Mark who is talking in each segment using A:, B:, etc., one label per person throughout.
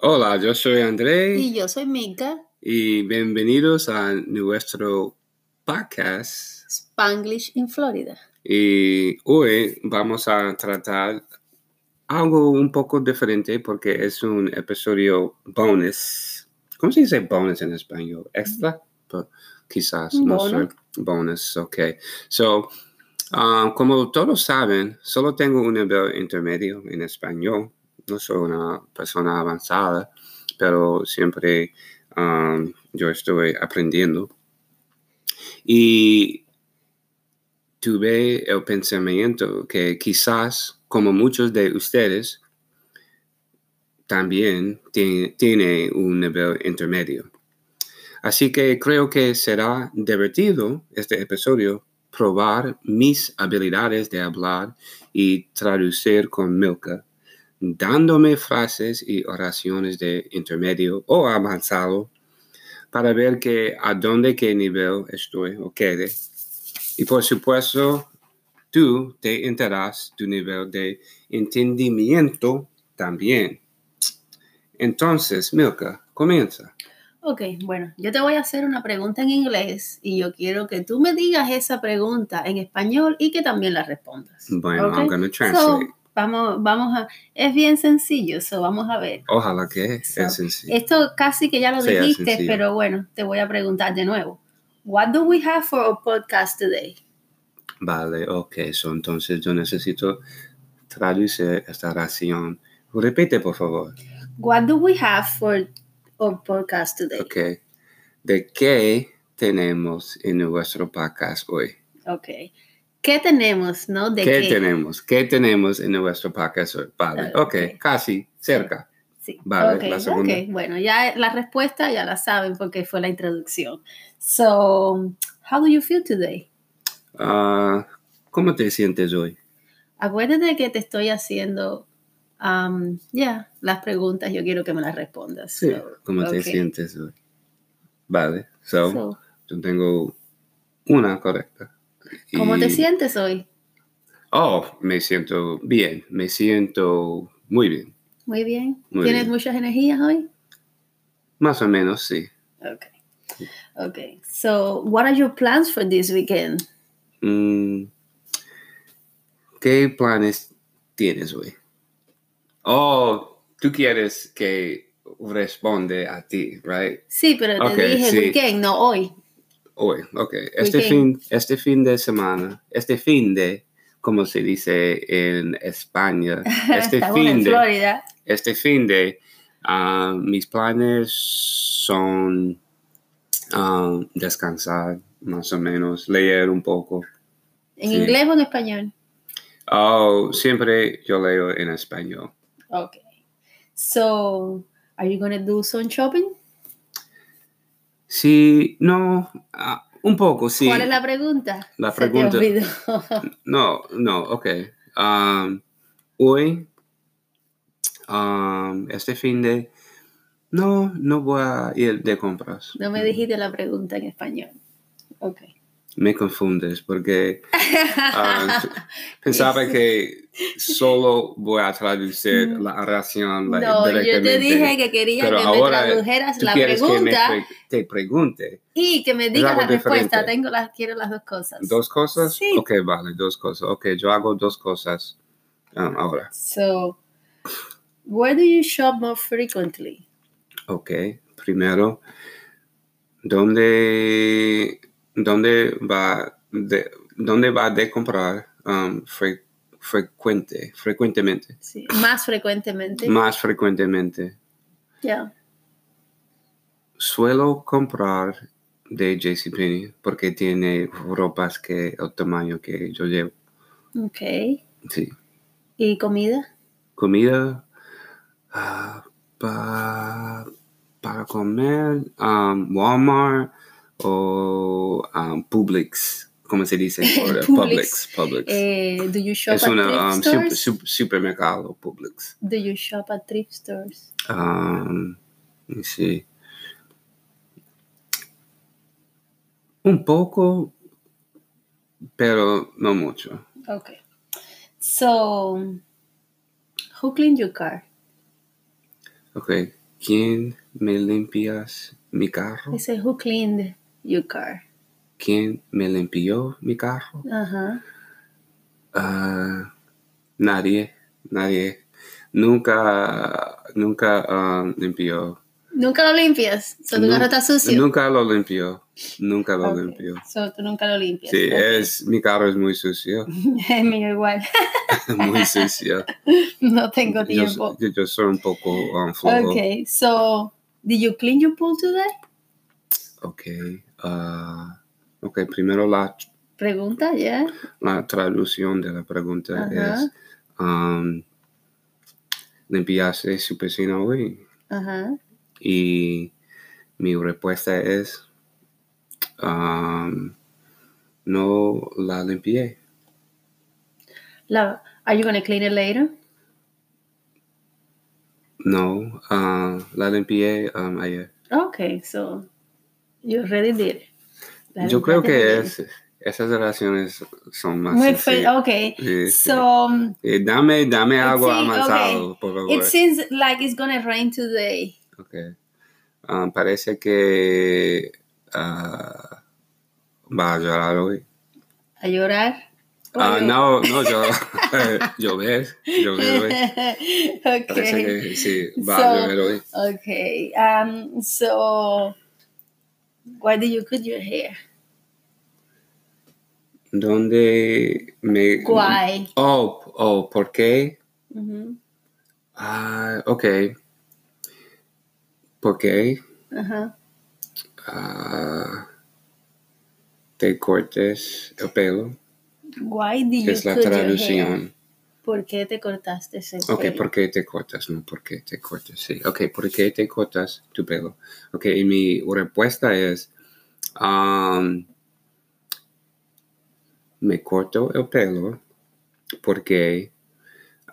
A: Hola, yo soy André
B: Y yo soy Mika,
A: y bienvenidos a nuestro podcast.
B: Spanglish en Florida.
A: Y hoy vamos a tratar algo un poco diferente porque es un episodio bonus. ¿Cómo se dice bonus en español? Extra? Pero quizás, no sé.
B: Bono.
A: Bonus, ok. So, um, como todos saben, solo tengo un nivel intermedio en español. No soy una persona avanzada, pero siempre um, yo estoy aprendiendo. Y tuve el pensamiento que quizás, como muchos de ustedes, también ti- tiene un nivel intermedio. Así que creo que será divertido este episodio probar mis habilidades de hablar y traducir con Milka, dándome frases y oraciones de intermedio o avanzado para ver que a dónde qué nivel estoy o quede. Y por supuesto, tú te enterarás tu nivel de entendimiento también. Entonces, Milka, comienza.
B: Ok, bueno, yo te voy a hacer una pregunta en inglés y yo quiero que tú me digas esa pregunta en español y que también la respondas.
A: Bueno,
B: Ok?
A: I'm gonna
B: So,
A: translate.
B: vamos, vamos a, es bien sencillo, so vamos a ver.
A: Ojalá que
B: So, eh,
A: es sencillo.
B: Esto casi que ya lo
A: Sí, es
B: dijiste,
A: sencillo.
B: pero bueno, te voy a preguntar de nuevo. What do we have for our podcast today?
A: Vale, ok. So, entonces yo necesito traducir esta oración. Repite, por favor.
B: What do we have for our podcast today?
A: Ok. ¿De qué tenemos en nuestro podcast hoy?
B: Okay. ¿Qué tenemos, no? ¿De
A: ¿Qué,
B: qué?
A: tenemos? ¿Qué tenemos en nuestro podcast hoy? Vale,
B: Ah,
A: ok.
B: ok.
A: Casi, cerca.
B: Sí.
A: Vale,
B: Ok,
A: la segunda.
B: ok. Bueno, ya la respuesta ya la saben porque fue la introducción. So, how do you feel today?
A: Ah, ¿Cómo te sientes hoy?
B: Acuérdate que te estoy haciendo, um, ya, las preguntas, yo quiero que me las respondas. So,
A: ¿Cómo te
B: ok.
A: sientes hoy? Vale, so,
B: So,
A: yo tengo una correcta.
B: ¿Cómo te
A: Y-
B: sientes hoy?
A: Oh, me siento bien, me siento muy bien.
B: Muy bien.
A: Muy
B: ¿Tienes
A: bien.
B: muchas energías hoy?
A: Más o menos, sí.
B: Ok. Ok. So, what are your plans for this weekend?
A: Mm, ¿Qué planes tienes hoy? Oh, tú quieres que responde a ti, right?
B: Sí, pero te
A: Ok,
B: dije
A: sí.
B: weekend, no hoy.
A: Hoy, ok. Este
B: Weekend.
A: fin, este fin de semana, este fin de, como se dice en España, este
B: Estamos
A: fin
B: en
A: de,
B: Florida.
A: este fin de, ah, mis planes son ah, descansar más o menos, leer un poco.
B: ¿En
A: Sí.
B: inglés o en español?
A: Oh, siempre yo leo en español.
B: Okay. So, are you gonna do some shopping?
A: Sí, no, ah, un poco, sí.
B: ¿Cuál es la pregunta?
A: La
B: Se te
A: pregunta-
B: olvidó.
A: No, no, ok. Um, hoy, um, este fin de... No, no voy a ir de compras.
B: no me dijiste la pregunta en español. Okay.
A: Me confundes porque ah, t- pensaba que solo voy a traducir la oración like,
B: Mm. no, yo te
A: directamente.
B: dije que quería
A: Pero
B: que me
A: ahora eh,
B: tradujeras
A: Tú
B: la
A: quieres que me
B: pregunta
A: pre- te pregunte
B: y que me digas
A: algo
B: la respuesta.
A: diferente.
B: Tengo las, quiero las dos cosas.
A: dos cosas.
B: Sí.
A: Ok, vale, dos cosas. Ok, yo hago dos cosas um, ahora.
B: So, where do you shop more frequently?
A: Ok, primero, ¿dónde, dónde, va, de, ¿dónde va de comprar um, fre- frecuente, frecuentemente?
B: Sí, más frecuentemente.
A: Más frecuentemente.
B: Yeah.
A: Suelo comprar de JCPenney porque tiene ropas que el tamaño que yo llevo.
B: Okay.
A: Sí.
B: ¿Y comida?
A: Comida ah, pa- para comer, um, Walmart o um, Publix, ¿cómo se dice? Ahora,
B: Publix.
A: Publix. Publix.
B: Eh, do you shop
A: Pues, es um,
B: at
A: un
B: thrift stores?
A: supermercado Publix.
B: Do you shop at thrift stores?
A: Um, let me see. Un poco, pero no mucho.
B: Okay. So, who cleaned your car?
A: Ok. ¿Quién me limpias mi carro?
B: They say, who cleaned your car?
A: ¿Quién me limpió mi carro?
B: Uh-huh.
A: Ah, nadie, nadie. Nunca, nunca ah, limpió.
B: Nunca lo limpias. So, tu
A: Nu-
B: carro está sucio.
A: Nunca lo limpió. Nunca lo
B: Ok.
A: limpió.
B: So, tú nunca lo limpias.
A: Sí,
B: Ok.
A: es, mi carro es muy sucio.
B: El mío igual.
A: Muy sucio.
B: no tengo
A: Yo,
B: tiempo.
A: yo- yo soy un poco um, flojo.
B: Okay, so did you clean your pool today?
A: Ok. ah, ok, primero la,
B: Pregunta, yeah.
A: la traducción de la pregunta
B: Ajá.
A: es: um, ¿Limpiaste su piscina hoy?
B: Ajá.
A: Y mi respuesta es, um, no la limpié.
B: La, are you gonna clean it later?
A: No, ah, la limpié um, ayer.
B: Okay, so you already did it. La
A: Yo
B: limpiaste
A: creo que
B: ayer.
A: es, esas relaciones son más
B: Muy fe-
A: sencillas.
B: okay.
A: Sí, sí.
B: So um,
A: Eh, dame, dame algo
B: Sí, ok.
A: avanzado, por favor.
B: it seems like it's gonna rain today.
A: Ok. Um, parece que ah, va a llorar hoy.
B: A llorar.
A: Ah, no, no, yo, llover, llover hoy. Parece
B: okay.
A: que sí, va
B: So-
A: a llover hoy.
B: Okay. Um. So, why do you cut your hair?
A: ¿Dónde me...?
B: Why?
A: Oh, oh, ¿por qué?
B: Mhm.
A: Ah, ok. ¿Por qué
B: Uh-huh.
A: ah, te cortes el pelo?
B: Why do you
A: Es la
B: cut your hair?
A: traducción.
B: ¿Por qué te cortaste ese
A: Ok,
B: pelo?
A: ¿por qué te cortas? No, ¿por qué te cortas? Sí, ok, ¿por qué te cortas tu pelo? Ok, y mi respuesta es... um, me corto el pelo porque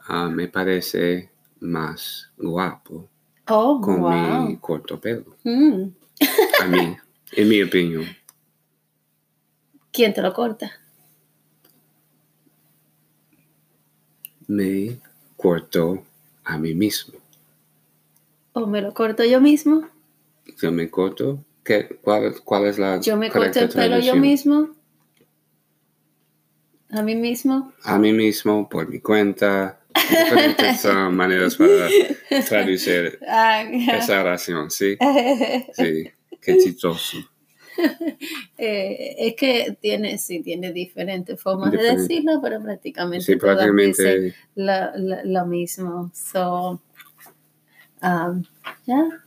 A: ah, me parece más guapo
B: Oh,
A: con
B: wow.
A: mi corto pelo.
B: Mm.
A: A mí, en mi opinión.
B: ¿Quién te lo corta?
A: Me corto a mí mismo.
B: ¿O me lo corto yo mismo?
A: Yo me corto. ¿Qué, cuál, cuál es la
B: ¿Yo me corto
A: correcta
B: el pelo yo
A: traducción?
B: mismo? ¿A mí mismo?
A: A mí mismo, por mi cuenta. Diferentes ah, maneras para traducir
B: Ah,
A: esa oración, ¿sí? Sí, qué chistoso.
B: eh, es que tiene, sí, tiene diferentes formas
A: Diferente.
B: de decirlo, pero prácticamente,
A: Sí,
B: todas dicen
A: prácticamente...
B: la- la- lo mismo. So, um, yeah.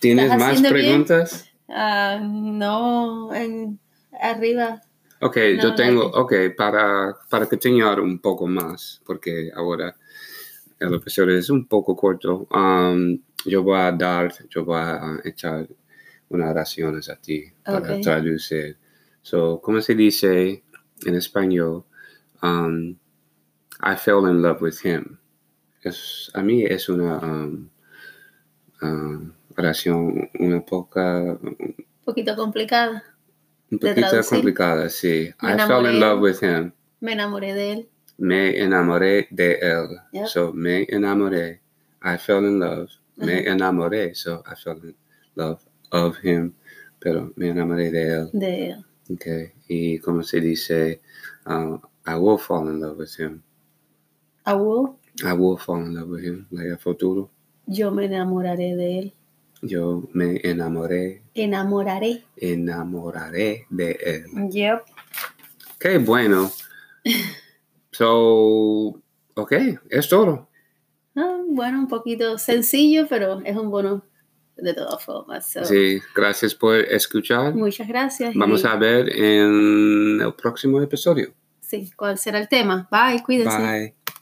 A: ¿Tienes
B: ¿Estás
A: más
B: haciendo bien?
A: preguntas?
B: Ah, no, en, arriba.
A: Ok,
B: No,
A: yo
B: no,
A: tengo, ok, para, para continuar un poco más, porque ahora el episodio es un poco corto, um, yo voy a dar, yo voy a echar unas oraciones a ti para
B: Ok.
A: traducir. So, ¿cómo se dice en español? Um, I fell in love with him. Es, a mí es una um, um, oración una poca,
B: Un poquito complicado.
A: un
B: ¿De
A: poquito
B: traducir?
A: complicada, sí. I
B: Me
A: fell
B: enamoré.
A: in love with him.
B: Me enamoré de él.
A: Me enamoré de él.
B: Yep.
A: So, me enamoré. I fell in love. Me enamoré. So, I fell in love of him. Pero me enamoré de él.
B: De él.
A: Okay. Y como se dice, um, I will fall in love with him.
B: I will,
A: I will fall in love with him. Like a futuro.
B: yo me enamoraré de él.
A: Yo me enamoré.
B: Enamoraré.
A: Enamoraré de él.
B: Yep.
A: Qué bueno. So, okay. Es todo.
B: Ah, bueno, un poquito sencillo, pero es un bono de todas formas. So,
A: Sí. Gracias por escuchar.
B: Muchas gracias. y-
A: Vamos a ver en el próximo episodio.
B: Sí, ¿cuál será el tema? Bye, cuídense.
A: Bye.